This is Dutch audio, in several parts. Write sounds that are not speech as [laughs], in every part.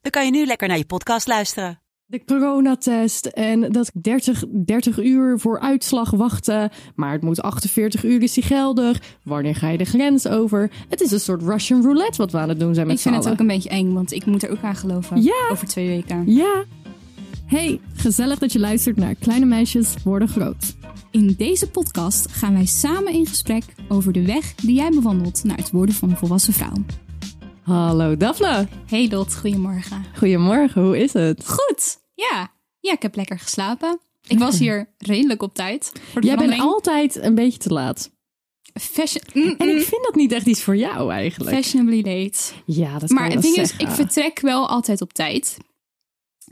dan kan je nu lekker naar je podcast luisteren. De coronatest en dat ik 30, 30 uur voor uitslag wachten. Maar het moet 48 uur, is die geldig. Wanneer ga je de grens over? Het is een soort Russian roulette wat we aan het doen zijn met Ik z'n vind het allen. ook een beetje eng, want ik moet er ook aan geloven. Ja. Over twee weken. Ja. Hey, gezellig dat je luistert naar Kleine Meisjes Worden Groot. In deze podcast gaan wij samen in gesprek over de weg die jij bewandelt naar het worden van een volwassen vrouw. Hallo Daphne. Hey Dot, goedemorgen. Goedemorgen, hoe is het? Goed. Ja. Ja, ik heb lekker geslapen. Ik was hier redelijk op tijd. Voor de Jij bent verandering. altijd een beetje te laat. Fashion, mm, En mm, ik vind dat niet echt iets voor jou eigenlijk. fashionably late. Ja, dat Maar kan het je wel ding is, zeggen. ik vertrek wel altijd op tijd.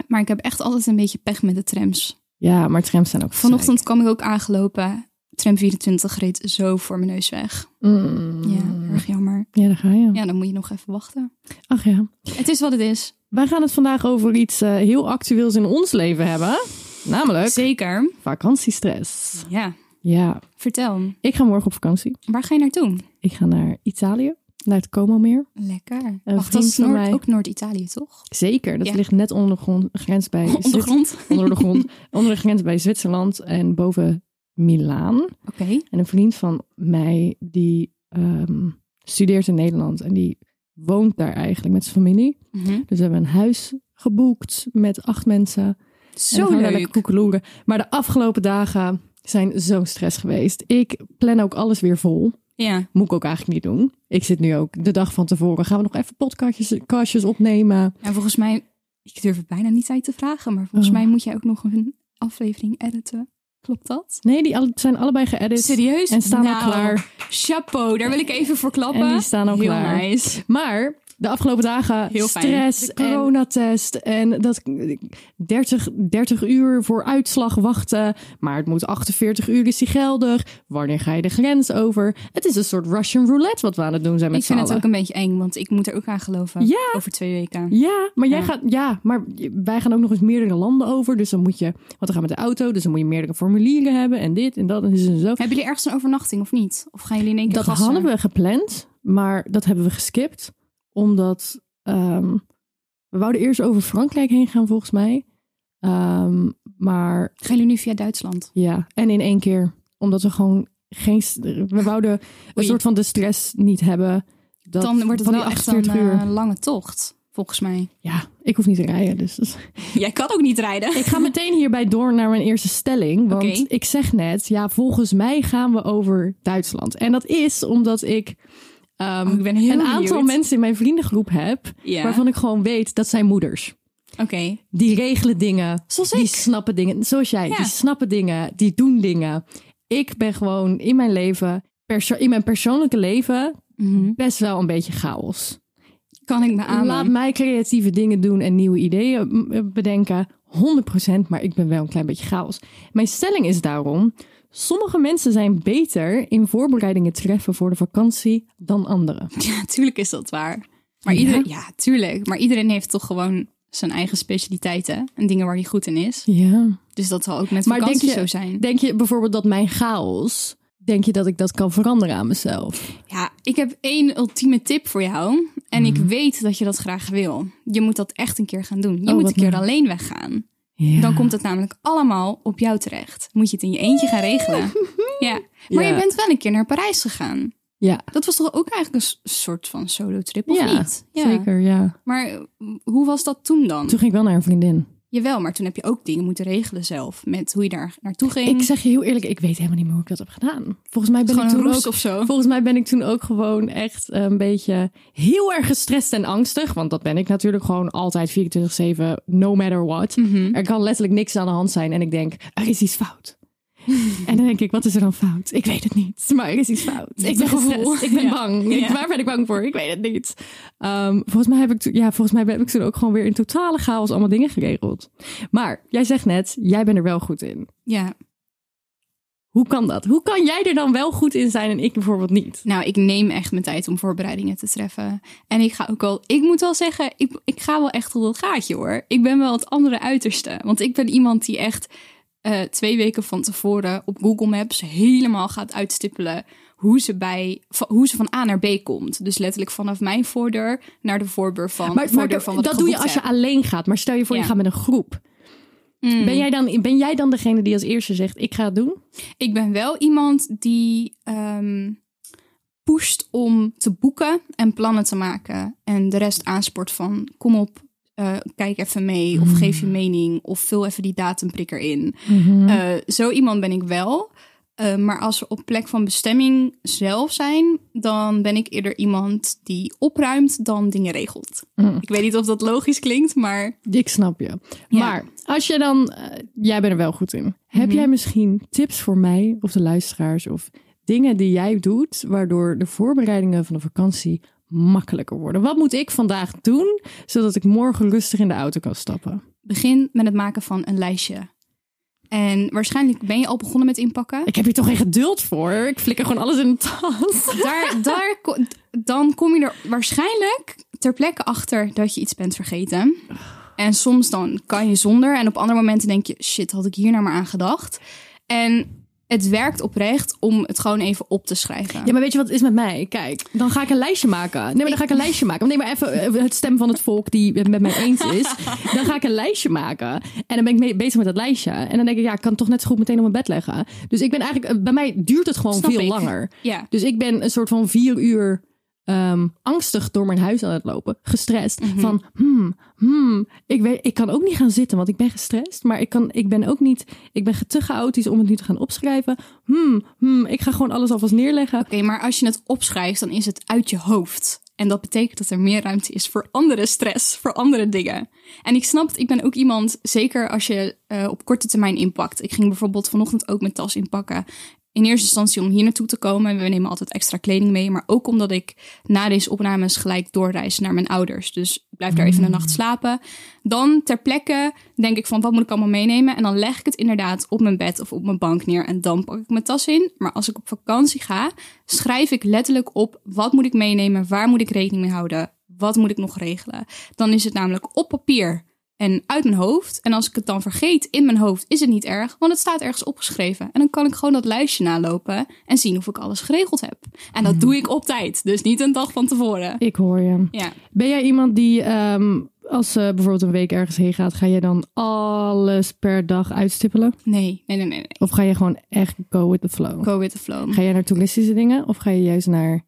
Maar ik heb echt altijd een beetje pech met de trams. Ja, maar trams zijn ook Vanochtend kwam ik ook aangelopen. Tram 24 reed zo voor mijn neus weg. zeik. Mm. Ja, erg jammer. Ja, daar ga je. Ja, dan moet je nog even wachten. Ach ja. Het is wat het is. Wij gaan het vandaag over iets eh, heel actueels in ons leven hebben. Namelijk Zeker. vakantiestress. Ja. Ja, Vertel, ik ga morgen op vakantie. waar ga je naartoe? Ik ga naar Italië, naar het Como meer. Lekker. Een Wacht, dat vriend is van Noord, mij. ook Noord-Italië, toch? Zeker, dat Ja. ligt net onder de grond- grens [laughs] bij Op de Zwit- grond. onder de grond, onder de grens bij Zwitserland en boven Milaan. Oké. En een vriend van mij die ehm, studeert in Nederland en die woont daar eigenlijk met zijn familie. Mhm. Dus we hebben een huis geboekt met acht mensen. En Zo dan gaan we daar lekker leuk. koekeloeren. Maar de afgelopen dagen zijn zo'n stress geweest. Ik plan ook alles weer vol. Ja. Moet ik ook eigenlijk niet doen. Ik zit nu ook de dag van tevoren. Gaan we nog even podcastjes kastjes opnemen? En volgens mij, ik durf het bijna niet aan je te vragen, maar volgens Oh. mij moet jij ook nog een aflevering editen. Klopt dat? Nee, die alle- zijn allebei geëdit. Serieus? En staan al Nou, klaar. Chapeau, daar wil ik even voor klappen. En die staan al Heel klaar. nice. Maar de afgelopen dagen Heel fijn. stress, De en- coronatest en dat 30, 30 uur voor uitslag wachten. Maar het moet 48 uur, is die geldig? Wanneer ga je de grens over? Het is een soort Russian roulette wat we aan het doen zijn met Ik z'n vind allen. het ook een beetje eng, want ik moet er ook aan geloven. Ja. Over twee weken. Ja, maar jij Ja. gaat. Ja, maar je- wij gaan ook nog eens meerdere landen over. Dus dan moet je. Want dan gaan we met de auto. Dus dan moet je meerdere formulieren hebben. En dit en dat en zo en zo. Hebben jullie ergens een overnachting of niet? Of gaan jullie in één keer Dat gassen? hadden we gepland. Maar dat hebben we geskipt. Omdat. ehm, we wouden eerst over Frankrijk heen gaan, volgens mij. Ehm, maar Gaan jullie nu via Duitsland? ja, en in één keer. Omdat we gewoon geen. st- We wouden een Oei. soort van de stress niet hebben. Dat, dan wordt het van die wel echt 48 een uur. eh, lange tocht, volgens mij. Ja, ik hoef niet te rijden. Dus dat is- Jij kan ook niet rijden. Ik ga meteen hierbij door naar mijn eerste stelling. Want Oké. ik zeg net, ja, volgens mij gaan we over Duitsland. En dat is omdat ik ehm, Oh, ik ben heel een aantal benieuwd. mensen in mijn vriendengroep heb... Ja. waarvan ik gewoon weet dat zijn moeders. Oké. Die regelen dingen, Zoals die ik. snappen dingen. Zoals jij, Ja. die snappen dingen, die doen dingen. Ik ben gewoon in mijn leven, perso- in mijn persoonlijke leven... Mhm. best wel een beetje chaos. Kan ik me Laat aanlaten? mij creatieve dingen doen en nieuwe ideeën mm, bedenken. 100%, maar ik ben wel een klein beetje chaos. Mijn stelling is daarom: sommige mensen zijn beter in voorbereidingen treffen voor de vakantie dan [laughs] anderen. Ja, tuurlijk is dat waar. Maar Ja? iedereen, ja, tuurlijk. Maar iedereen heeft toch gewoon zijn eigen specialiteiten en dingen waar hij goed in is. Ja. Dus dat zal ook met Maar denk vakantie je, zo zijn. denk je bijvoorbeeld dat mijn chaos, denk je dat ik dat kan veranderen aan mezelf? Ja, ik heb één ultieme tip voor jou. En Mhm. ik weet dat je dat graag wil. Je moet dat echt een keer gaan doen. Je Oh, moet wat een keer nou? alleen weggaan. Ja. Dan komt het namelijk allemaal op jou terecht. Moet je het in je eentje gaan [laughs] regelen. Ja. Maar Ja. je bent wel een keer naar Parijs gegaan. Ja, Dat was toch ook eigenlijk een s- soort van solo-trip, of Ja, niet? zeker, ja. Maar eh, hoe was dat toen dan? Toen ging ik wel naar een vriendin. Jawel, maar toen heb je ook dingen moeten regelen zelf. Met hoe je daar naartoe ging. Ik zeg je heel eerlijk, ik weet helemaal niet meer hoe ik dat heb gedaan. Volgens mij ben Gewoon ik een toen roes ook of zo. Volgens mij ben ik toen ook gewoon echt eh, een beetje heel erg gestrest en angstig. Want dat ben ik natuurlijk gewoon altijd Mhm. [laughs] 24-7, no matter what. Er kan letterlijk niks aan de hand zijn. En ik denk, er is iets fout. En dan denk ik, wat is er dan fout? Ik weet het niet, maar er is iets fout. Ik ben gevoel. gestrest, ik ben Ja. bang. Ik- Ja. waar ben ik bang voor? Ik weet het niet. Ehm, volgens, mij heb ik, toen- ja, volgens mij heb ik toen ook gewoon weer in totale chaos allemaal dingen geregeld. Maar jij zegt net, jij bent er wel goed in. Ja. Hoe kan dat? Hoe kan jij er dan wel goed in zijn en ik bijvoorbeeld niet? Nou, ik neem echt mijn tijd om voorbereidingen te treffen. En ik ga ook wel, ik moet wel zeggen, ik, ik ga wel echt tot dat gaatje hoor. Ik ben wel het andere uiterste. Want ik ben iemand die echt eh, twee weken van tevoren op Google Maps helemaal gaat uitstippelen hoe ze, bij, va- hoe ze van A naar B komt. Dus letterlijk vanaf mijn voordeur naar de voordeur van, voordeur van wat dat ik doe je geboekt als je heb. alleen gaat. Maar stel je voor, Ja. je gaat met een groep. Ben, jij dan, ben jij dan degene die als eerste zegt, ik ga het doen? Ik ben wel iemand die ehm pusht om te boeken en plannen te maken. En de rest aanspoort van kom op, eh, kijk even mee of geef je mening of vul even die datumprikker in. Eh, zo iemand ben ik wel. Eh, maar als we op plek van bestemming zelf zijn, dan ben ik eerder iemand die opruimt dan dingen regelt. Ik weet niet of dat logisch klinkt, maar Ik snap je. Ja. Maar als je dan, eh, jij bent er wel goed in. Heb jij misschien tips voor mij of de luisteraars of dingen die jij doet waardoor de voorbereidingen van de vakantie makkelijker worden? Wat moet ik vandaag doen zodat ik morgen rustig in de auto kan stappen? begin met het maken van een lijstje. En waarschijnlijk ben je al begonnen met inpakken. Ik heb hier toch geen geduld voor. Ik flikker gewoon alles in de tas. daar, daar, ko- dan kom je er waarschijnlijk ter plekke achter dat je iets bent vergeten. En soms dan kan je zonder. En op andere momenten denk je, shit, had ik hier nou maar aan gedacht. En het werkt oprecht om het gewoon even op te schrijven. Ja, maar weet je wat het is met mij? Kijk, dan ga ik een lijstje maken. Nee, maar dan ga ik een lijstje maken. Nee, maar even eh, het stem van het volk die het met mij eens [laughs] is. Dan ga ik een lijstje maken. En dan ben ik mee- bezig met dat lijstje. En dan denk ik, ja, ik kan het toch net zo goed meteen op mijn bed leggen. Dus ik ben eigenlijk, eh, bij mij duurt het gewoon Snap veel ik. langer. Ja. Dus ik ben een soort van vier uur ehm, angstig door mijn huis aan het lopen. Gestrest. Mhm. Van, hmm, hmm. Ik, weet, ik kan ook niet gaan zitten, want ik ben gestrest. Maar ik, kan, ik ben ook niet, ik ben te chaotisch om het nu te gaan opschrijven. Hmm, hmm. Ik ga gewoon alles alvast neerleggen. Oké, maar als je het opschrijft, dan is het uit je hoofd. En dat betekent dat er meer ruimte is voor andere stress, voor andere dingen. En ik snap het, ik ben ook iemand, zeker als je eh, op korte termijn inpakt. Ik ging bijvoorbeeld vanochtend ook mijn tas inpakken. In eerste instantie om hier naartoe te komen. We nemen altijd extra kleding mee. Maar ook omdat ik na deze opnames gelijk doorreis naar mijn ouders. Dus ik blijf daar even een nacht slapen. Dan ter plekke denk ik van wat moet ik allemaal meenemen? En dan leg ik het inderdaad op mijn bed of op mijn bank neer. En dan pak ik mijn tas in. Maar als ik op vakantie ga, schrijf ik letterlijk op wat moet ik meenemen? Waar moet ik rekening mee houden? Wat moet ik nog regelen? Dan is het namelijk op papier en uit mijn hoofd. En als ik het dan vergeet in mijn hoofd, is het niet erg, want het staat ergens opgeschreven. En dan kan ik gewoon dat lijstje nalopen en zien of ik alles geregeld heb. En dat doe ik op tijd, dus niet een dag van tevoren. Ik hoor je. Ja. Ben jij iemand die, ehm, als ze bijvoorbeeld een week ergens heen gaat, ga je dan alles per dag uitstippelen? Nee, nee, nee, nee. nee. Of ga je gewoon echt go with the flow? Go with the flow. Ga jij naar toeristische dingen of ga je juist naar,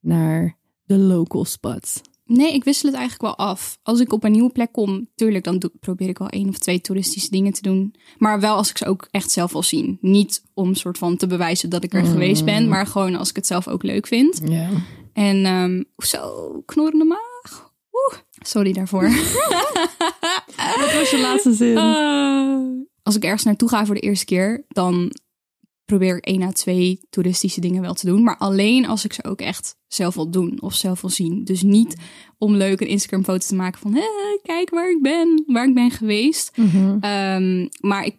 naar de local spots? Nee, ik wissel het eigenlijk wel af. Als ik op een nieuwe plek kom, tuurlijk, dan doe- probeer ik wel één of twee toeristische dingen te doen. Maar wel als ik ze ook echt zelf wil zien. Niet om soort van te bewijzen dat ik er geweest ben, maar gewoon als ik het zelf ook leuk vind. Ja. En ehm, zo, knorrende maag. Oeh, sorry daarvoor. Wat was je laatste zin? Eh, Als ik ergens naartoe ga voor de eerste keer, dan probeer ik één à twee toeristische dingen wel te doen. Maar alleen als ik ze ook echt zelf wil doen of zelf wil zien. Dus Mhm. niet om leuk een Instagram foto te maken van, "Hé, kijk waar ik ben, waar ik ben geweest. Mhm. Ehm, maar ik,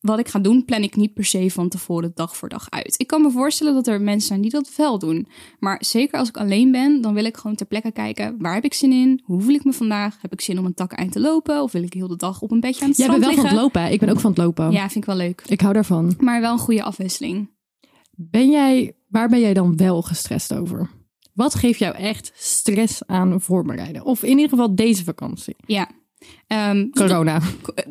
wat ik ga doen, plan ik niet per se van tevoren dag voor dag uit. Ik kan me voorstellen dat er mensen zijn die dat wel doen. Maar zeker als ik alleen ben, dan wil ik gewoon ter plekke kijken. Waar heb ik zin in? Hoe voel ik me vandaag? Heb ik zin om een tak eind te lopen? Of wil ik heel de dag op een bedje aan het Jij bent strand wel van het liggen? lopen, hè? Ik ben ook van het lopen. Ja, vind ik wel leuk. Ik hou daarvan. Maar wel een goede afwisseling. Ben jij, waar ben jij dan wel gestrest over? Wat geeft jou echt stress aan voorbereiden? Of in ieder geval deze vakantie? Ja. Ehm, Corona.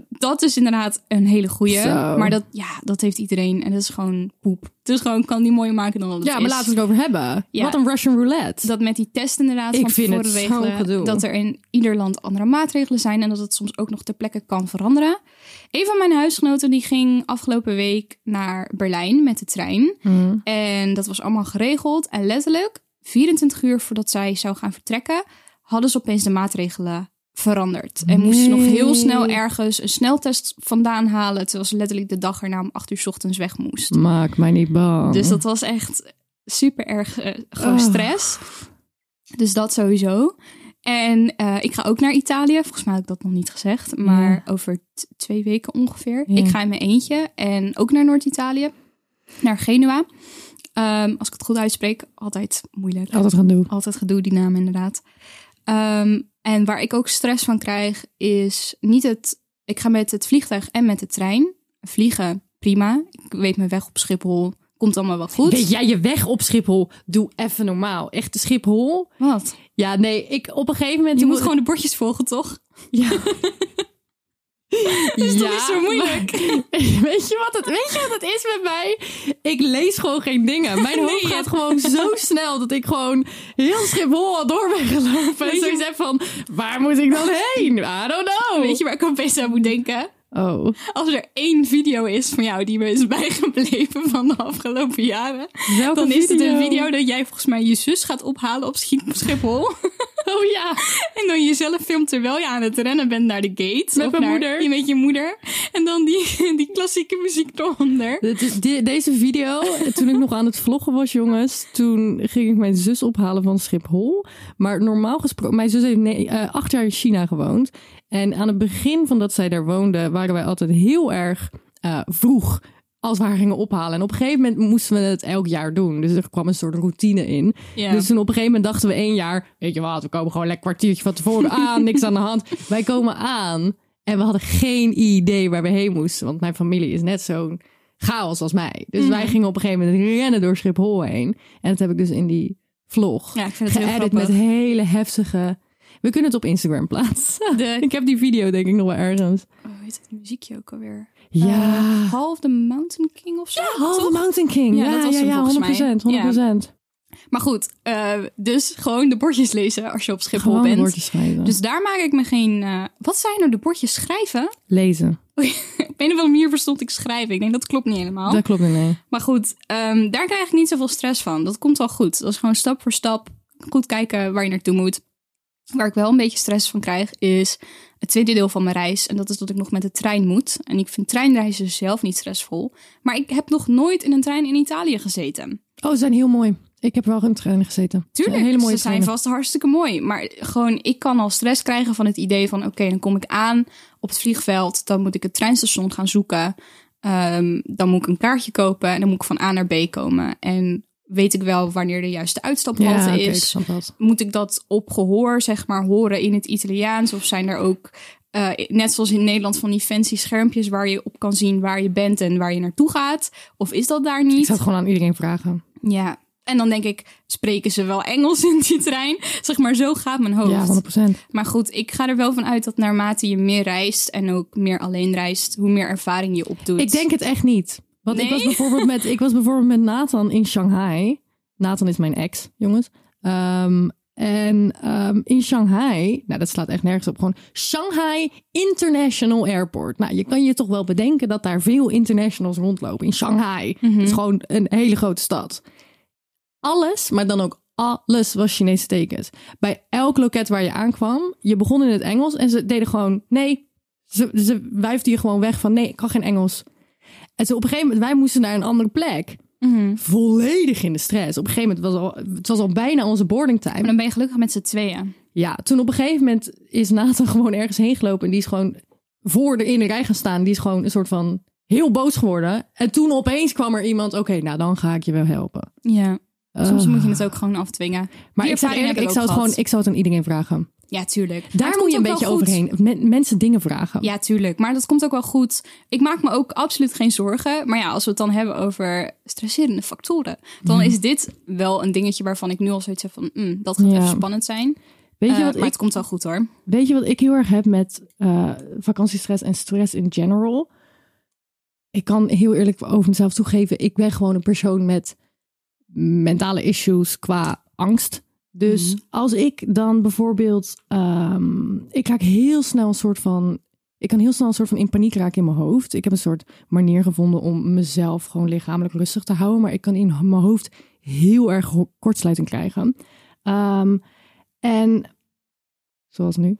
dat is inderdaad een hele goeie. Zo. Maar dat, ja, dat heeft iedereen. En dat is gewoon poep. Dus gewoon kan die mooier maken dan dat het Ja, maar is. laten we het over hebben. Ja. Wat een Russian roulette. dat met die test inderdaad Ik van vind tevoren het zo'n regelen, gedoe. dat er in ieder land andere maatregelen zijn en dat het soms ook nog ter plekke kan veranderen. Een van mijn huisgenoten die ging afgelopen week naar Berlijn met de trein Hmm. en dat was allemaal geregeld en letterlijk 24 uur voordat zij zou gaan vertrekken hadden ze opeens de maatregelen veranderd. En moesten nog heel snel ergens een sneltest vandaan halen. Terwijl ze letterlijk de dag erna om acht uur 's ochtends weg moest. Maak mij niet bang. Dus dat was echt super erg eh, gewoon Oh. stress. Dus dat sowieso. En eh, ik ga ook naar Italië. Volgens mij heb ik dat nog niet gezegd. Maar over t- twee weken ongeveer. Ja. Ik ga in mijn eentje. En ook naar Noord-Italië. Naar Genua. Ehm, als ik het goed uitspreek. Altijd moeilijk. altijd gaan doen. Altijd gedoe, die naam inderdaad. Ehm, en waar ik ook stress van krijg is niet het... Ik ga met het vliegtuig en met de trein. Vliegen, prima. Ik weet mijn weg op Schiphol. Komt allemaal wel goed. Weet jij je weg op Schiphol? Doe even normaal. Echt de Schiphol? Wat? Ja, nee, ik op een gegeven moment... Je moet toen- gewoon de bordjes volgen, toch? Ja. Dat is toch niet zo moeilijk? [laughs] Weet je, wat het, weet je wat het is met mij? Ik lees gewoon geen dingen. Mijn hoofd [laughs] Nee, gaat gewoon zo [laughs] snel dat ik gewoon heel Schiphol al door ben gelopen. En Weet je- zoiets heb van, waar moet ik dan heen? I don't know. Weet je waar ik opeens aan moet denken? Oh, Als er één video is van jou die me is bijgebleven van de afgelopen jaren, welke dan is het een video? video dat jij volgens mij je zus gaat ophalen op Schi- op [laughs] Schiphol. Oh ja. En dan jezelf filmt terwijl je aan het rennen bent naar de gate. Met of mijn naar- moeder. ja, Met je moeder. En dan die, [laughs] die klassieke muziek eronder. Dit is- di- deze video, toen ik nog aan het vloggen was, jongens, toen ging ik mijn zus ophalen van Schiphol. Maar normaal gesproken, mijn zus heeft ne- eh, acht jaar in China gewoond. En aan het begin van dat zij daar woonde, waren wij altijd heel erg eh, vroeg als we haar gingen ophalen. En op een gegeven moment moesten we het elk jaar doen. Dus er kwam een soort routine in. Ja. Dus toen op een gegeven moment dachten we één jaar, weet je wat, we komen gewoon lekker kwartiertje van tevoren aan, niks aan de hand. Wij komen aan en we hadden geen idee waar we heen moesten, want mijn familie is net zo'n chaos als mij. Dus wij gingen op een gegeven moment rennen door Schiphol heen. En dat heb ik dus in die vlog Ja, ik vind het heel geëdit grappig. met hele heftige... We kunnen het op Instagram plaatsen. De- [laughs] Ik heb die video denk ik nog wel ergens. Oh, hoe heet het muziekje ook alweer? Ja, Eh, Hall of the Mountain King of zo? Half toch? Mountain King. Ja, Ja, dat ja, was ja, hem volgens mij. 100%. 100%. Maar goed, eh, dus gewoon de bordjes lezen als je op Schiphol Gewoon bent. woordjes schrijven. Dus daar maak ik me geen... eh, wat zijn nou de bordjes schrijven? [laughs] Lezen. Op een of andere manier verstond ik schrijven. Ik denk, dat klopt niet helemaal. Dat klopt niet, nee. Maar goed, ehm, daar krijg ik niet zoveel stress van. Dat komt wel goed. Dat is gewoon stap voor stap. Goed kijken waar je naartoe moet. Waar ik wel een beetje stress van krijg, is het tweede deel van mijn reis. En dat is dat ik nog met de trein moet. En ik vind treinreizen zelf niet stressvol. Maar ik heb nog nooit in een trein in Italië gezeten. Oh, ze zijn heel mooi. Ik heb wel in trein gezeten. Tuurlijk, Hele mooie ze zijn treinen. vast hartstikke mooi. Maar gewoon, ik kan al stress krijgen van het idee van... oké, dan kom ik aan op het vliegveld. Dan moet ik het treinstation gaan zoeken. Ehm, dan moet ik een kaartje kopen. En dan moet ik van A naar B komen. En weet ik wel wanneer de juiste uitstaphalte Ja, oké, ik is? snap dat. Moet ik dat op gehoor, zeg maar, horen in het Italiaans? Of zijn er ook, eh, net zoals in Nederland, van die fancy schermpjes... waar je op kan zien waar je bent en waar je naartoe gaat? Of is dat daar Ik niet? zou het gewoon aan iedereen vragen. Ja, en dan denk ik, spreken ze wel Engels in die trein? Zeg maar, zo gaat mijn hoofd. Ja, 100%. Maar goed, ik ga er wel van uit dat naarmate je meer reist en ook meer alleen reist, hoe meer ervaring je opdoet. Ik denk het echt niet. Want ik, Nee? was bijvoorbeeld met, ik was bijvoorbeeld met Nathan in Shanghai. Nathan is mijn ex, jongens. Ehm, en ehm, in Shanghai, nou dat slaat echt nergens op, gewoon Shanghai International Airport. Nou, je kan je toch wel bedenken dat daar veel internationals rondlopen in Shanghai. Het is gewoon een hele grote stad. alles, maar dan ook alles was Chinese tekens. Bij elk loket waar je aankwam, je begon in het Engels en ze deden gewoon nee. Ze, ze wuifden je gewoon weg van nee, ik kan geen Engels. En zo op een gegeven moment, wij moesten naar een andere plek. Volledig in de stress. Op een gegeven moment was al, het was al bijna onze boarding Maar time. dan ben je gelukkig met z'n tweeën. Ja, toen op een gegeven moment is Nathan [laughs] gewoon ergens heen gelopen. En die is gewoon voor de in de rij gaan staan. Die is gewoon een soort van heel boos geworden. En toen opeens kwam er iemand. Oké, nou dan ga ik je wel helpen. Ja. Soms Ah. moet je het ook gewoon afdwingen. Maar Die ik, zeg ervaring eerlijk, heb ik, zou ook het gewoon, gehad. ik zou het aan iedereen vragen. Ja, tuurlijk. Maar Daar het moet je een komt ook beetje wel goed. overheen. Men- mensen dingen vragen. Ja, tuurlijk. Maar dat komt ook wel goed. Ik maak me ook absoluut geen zorgen. Maar ja, als we het dan hebben over stresserende factoren, dan is dit wel een dingetje waarvan ik nu al zoiets heb van, mm, dat gaat Ja. even spannend zijn. weet, je Eh, wat maar ik, het komt wel goed hoor. weet je wat ik heel erg heb met eh, vakantiestress en stress in general? Ik kan heel eerlijk over mezelf toegeven. Ik ben gewoon een persoon met mentale issues qua angst. Dus als ik dan bijvoorbeeld... ehm, ik raak heel snel een soort van... Ik kan heel snel een soort van in paniek raken in mijn hoofd. Ik heb een soort manier gevonden om mezelf gewoon lichamelijk rustig te houden. Maar ik kan in mijn hoofd heel erg ho- kortsluiting krijgen. Ehm, en zoals nu.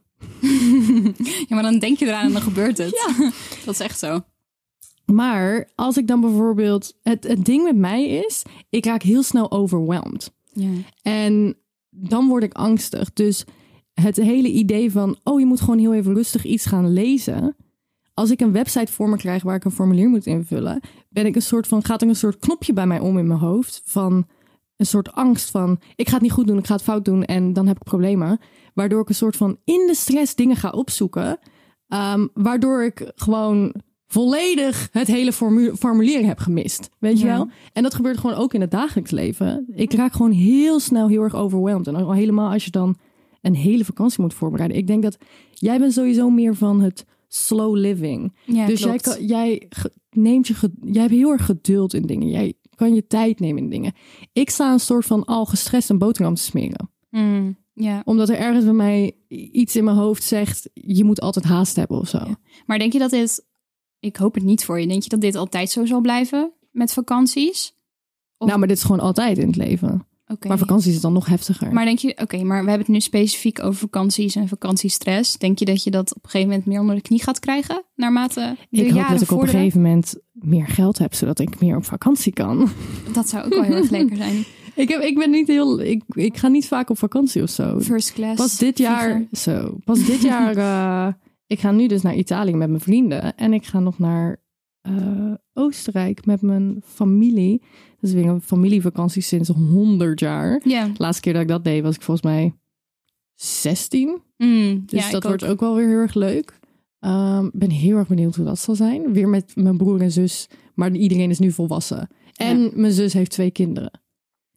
Ja, maar dan denk je eraan en dan gebeurt het. Ja. [laughs] Dat is echt zo. Maar als ik dan bijvoorbeeld... Het, het ding met mij is, ik raak heel snel overwhelmed. Ja. En dan word ik angstig. Dus het hele idee van, oh, je moet gewoon heel even rustig iets gaan lezen. Als ik een website voor me krijg waar ik een formulier moet invullen, ben ik een soort van, gaat er een soort knopje bij mij om in mijn hoofd van een soort angst van, ik ga het niet goed doen, ik ga het fout doen en dan heb ik problemen. Waardoor ik een soort van in de stress dingen ga opzoeken, ehm, waardoor ik gewoon volledig het hele formu- formulier heb gemist. Weet je Ja. Mhm. wel? En dat gebeurt gewoon ook in het dagelijks leven. Ik raak gewoon heel snel heel erg overwhelmed. En al helemaal als je dan een hele vakantie moet voorbereiden. Ik denk dat jij bent sowieso meer van het slow living. Ja, dus jij, klopt. kan, jij ge- neemt je ge- jij hebt heel erg geduld in dingen. Jij kan je tijd nemen in dingen. Ik sta een soort van al gestrest een boterham te smeren. Mm, ja. Omdat er ergens bij mij iets in mijn hoofd zegt... je moet altijd haast hebben of zo. Maar denk je dat dit... Ik hoop het niet voor je. Denk je dat dit altijd zo zal blijven met vakanties? Of- Nou, maar dit is gewoon altijd in het leven. Oké. Maar vakantie is het dan nog heftiger. Maar denk je... Oké, maar we hebben het nu specifiek over vakanties en vakantiestress. Denk je dat je dat op een gegeven moment meer onder de knie gaat krijgen? Naarmate de ik hoop jaren dat ik op een vorderen? gegeven moment meer geld heb... zodat ik meer op vakantie kan. Dat zou ook wel heel erg lekker [laughs] zijn. [laughs] Ik, heb, ik ben niet heel. Ik, ik ga niet vaak op vakantie of zo. First class. Pas dit jaar. vlieger. Zo. Pas [laughs] dit jaar. eh, ik ga nu dus naar Italië met mijn vrienden. En ik ga nog naar eh, Oostenrijk met mijn familie. Dat is weer een familievakantie sinds 100 jaar. Ja. De laatste keer dat ik dat deed was ik volgens mij 16. Mm, Dus ja, dat ik ook. wordt ook wel weer heel erg leuk. Ehm, ben heel erg benieuwd hoe dat zal zijn. Weer met mijn broer en zus. Maar iedereen is nu volwassen. En mijn zus heeft twee kinderen.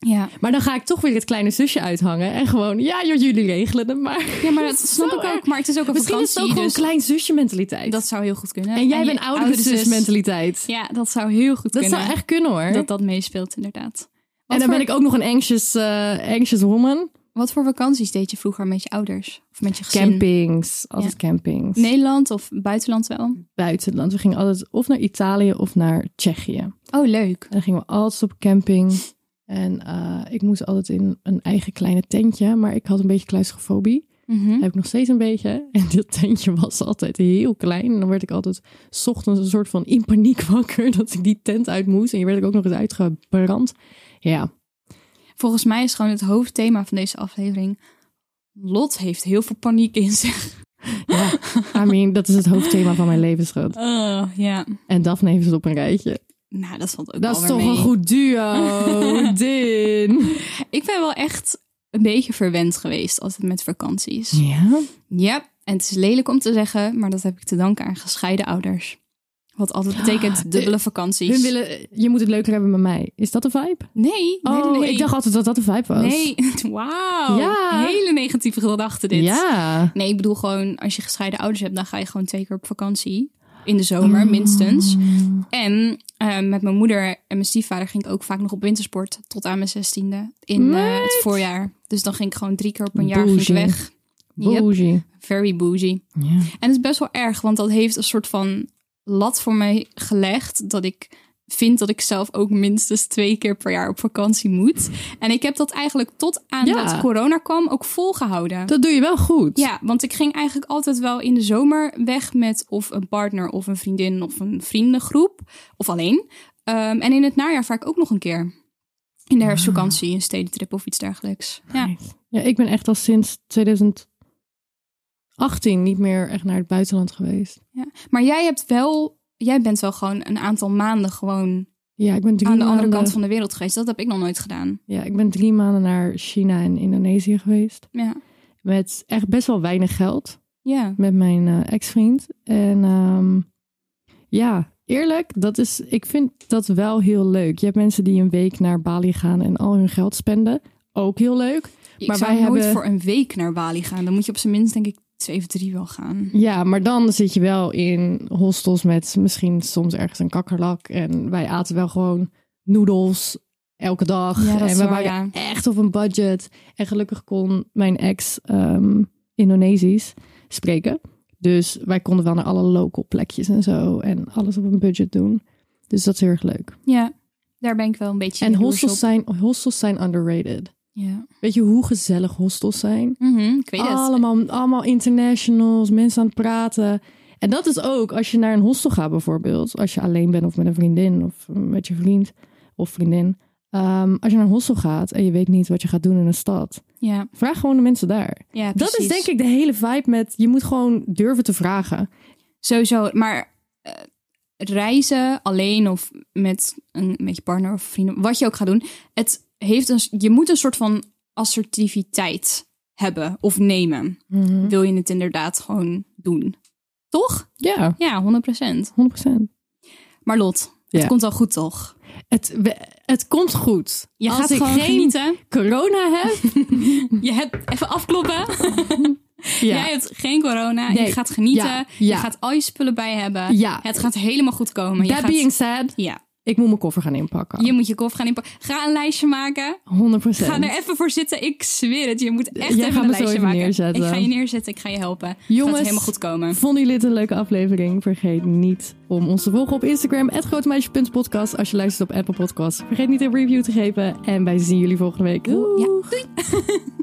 Ja. Maar dan ga ik toch weer het kleine zusje uithangen. En gewoon, ja, joh, jullie regelen het maar. ja, maar dat snap Zo ik ook. erg. Maar het is ook een Misschien is het ook vakantie. gewoon dus klein zusje mentaliteit. dat zou heel goed kunnen. en jij je bent oudere zus mentaliteit. Ja, dus dat zou heel goed dat kunnen. zou echt kunnen hoor. Dat dat meespeelt, inderdaad. en dan ben ik ook nog een anxious, eh, anxious woman. Wat voor vakanties deed je vroeger met je ouders? Of met je gezin? Campings, altijd campings. Nederland of buitenland wel? Buitenland. We gingen altijd of naar Italië of naar Tsjechië. Oh, leuk. Dan gingen we altijd op camping. En eh, ik moest altijd in een eigen kleine tentje. Maar ik had een beetje claustrofobie. Mhm. Heb ik nog steeds een beetje. [laughs] En dit tentje was altijd heel klein. En dan werd ik altijd 's ochtends een soort van in paniek [laughs] wakker. Dat ik die tent uit moest. En hier werd ik ook nog eens uitgebrand. Ja, Volgens mij is gewoon het hoofdthema van deze aflevering... Lot heeft heel veel paniek in zich. ja. I mean, dat is het hoofdthema van mijn levensgroot. Oh, ja. En Daphne heeft het op een rijtje. Nou, dat valt ook Dat wel is weer toch een mee. goed duo, Din. Ik ben wel echt een beetje verwend geweest altijd met vakanties. Ja, Ja? en het is lelijk om te zeggen... maar dat heb ik te danken aan gescheiden ouders. Wat altijd betekent dubbele vakanties. Ah, Hun willen, je moet het leuker hebben met mij. Is dat de vibe? Nee, nee, Oh, nee, nee. ik dacht altijd dat dat de vibe was. Nee, [laughs] wauw. Ja. Hele negatieve gedachte dit. Ja. Nee, ik bedoel gewoon, als je gescheiden ouders hebt, dan ga je gewoon twee keer op vakantie. In de zomer, Oh. minstens. En eh, met mijn moeder en mijn stiefvader ging ik ook vaak nog op wintersport. Tot aan mijn zestiende. In eh, het Meid. voorjaar. Dus dan ging ik gewoon drie keer op een jaar ging ik Bougie. weg. Yep, Bougie. very bougie. Ja. En het is best wel erg, want dat heeft een soort van lat voor mij gelegd. Dat ik vind dat ik zelf ook minstens twee keer per jaar op vakantie moet. En ik heb dat eigenlijk tot aan Ja. dat corona kwam ook volgehouden. Dat doe je wel goed. Ja, want ik ging eigenlijk altijd wel in de zomer weg met of een partner of een vriendin of een vriendengroep. Of alleen. Ehm, en in het najaar vaak ook nog een keer. In de Ah. herfstvakantie, een stedentrip of iets dergelijks. Ja. Ja, ik ben echt al sinds 2018 niet meer echt naar het buitenland geweest. ja. Maar jij hebt wel, jij bent wel gewoon een aantal maanden gewoon Ja, ik ben drie aan de maanden, andere kant van de wereld geweest. Dat heb ik nog nooit gedaan. Ja, ik ben drie maanden naar China en Indonesië geweest. Ja. Met echt best wel weinig geld. Ja. Met mijn eh, ex-vriend. En ehm, ja, eerlijk, dat is, ik vind dat wel heel leuk. Je hebt mensen die een week naar Bali gaan en al hun geld spenden. Ook heel leuk. Ik Maar zou wij nooit hebben- voor een week naar Bali gaan. Dan moet je op zijn minst, denk ik, twee of drie wel gaan. Ja, maar dan zit je wel in hostels met misschien soms ergens een kakkerlak. En wij aten wel gewoon noedels elke dag. Ja, dat en is we waar, waren echt op een budget. En gelukkig kon mijn ex ehm, Indonesisch spreken. Dus wij konden wel naar alle local plekjes en zo. En alles op een budget doen. Dus dat is heel erg leuk. Ja. Daar ben ik wel een beetje en jaloers op. hostels zijn, hostels zijn underrated. Ja. Weet je hoe gezellig hostels zijn? Mhm, ik weet het. Allemaal, allemaal internationals, mensen aan het praten. En dat is ook als je naar een hostel gaat bijvoorbeeld. Als je alleen bent of met een vriendin of met je vriend of vriendin. Ehm, als je naar een hostel gaat en je weet niet wat je gaat doen in een stad. Ja, Vraag gewoon de mensen daar. ja Dat is precies. denk ik de hele vibe met je moet gewoon durven te vragen. Sowieso, maar eh, reizen alleen of met, een, met je partner of vrienden, wat je ook gaat doen, het heeft een, s- je moet een soort van assertiviteit hebben of nemen. Mhm. Wil je het inderdaad gewoon doen? Toch? Ja, Ja, 100%. 100%. Maar Lot, het Ja. komt al goed toch? Het, we- het komt goed. Je Als gaat ik gewoon geen genieten. corona heb. Je hebt even [laughs] afkloppen. [laughs] ja. Jij hebt geen corona. Nee. Je gaat genieten. Ja. Je Ja. gaat al je spullen bij hebben. Ja. Het gaat helemaal goed komen. je That gaat... being said, Ja. ik moet mijn koffer gaan inpakken. Je moet je koffer gaan inpakken. Ga een lijstje maken. 100%. Ga er even voor zitten. Ik zweer het. Je moet echt Jij even gaat een me zo lijstje even maken. neerzetten. Ik ga je neerzetten. Ik ga je helpen. het Jongens. gaat helemaal goed komen. Vonden jullie dit een leuke aflevering? Vergeet niet om ons te volgen op Instagram, grotemeisje.podcast. Als je luistert op Apple Podcasts, vergeet niet een review te geven. En wij zien jullie volgende week. Ja. Doei! Doei.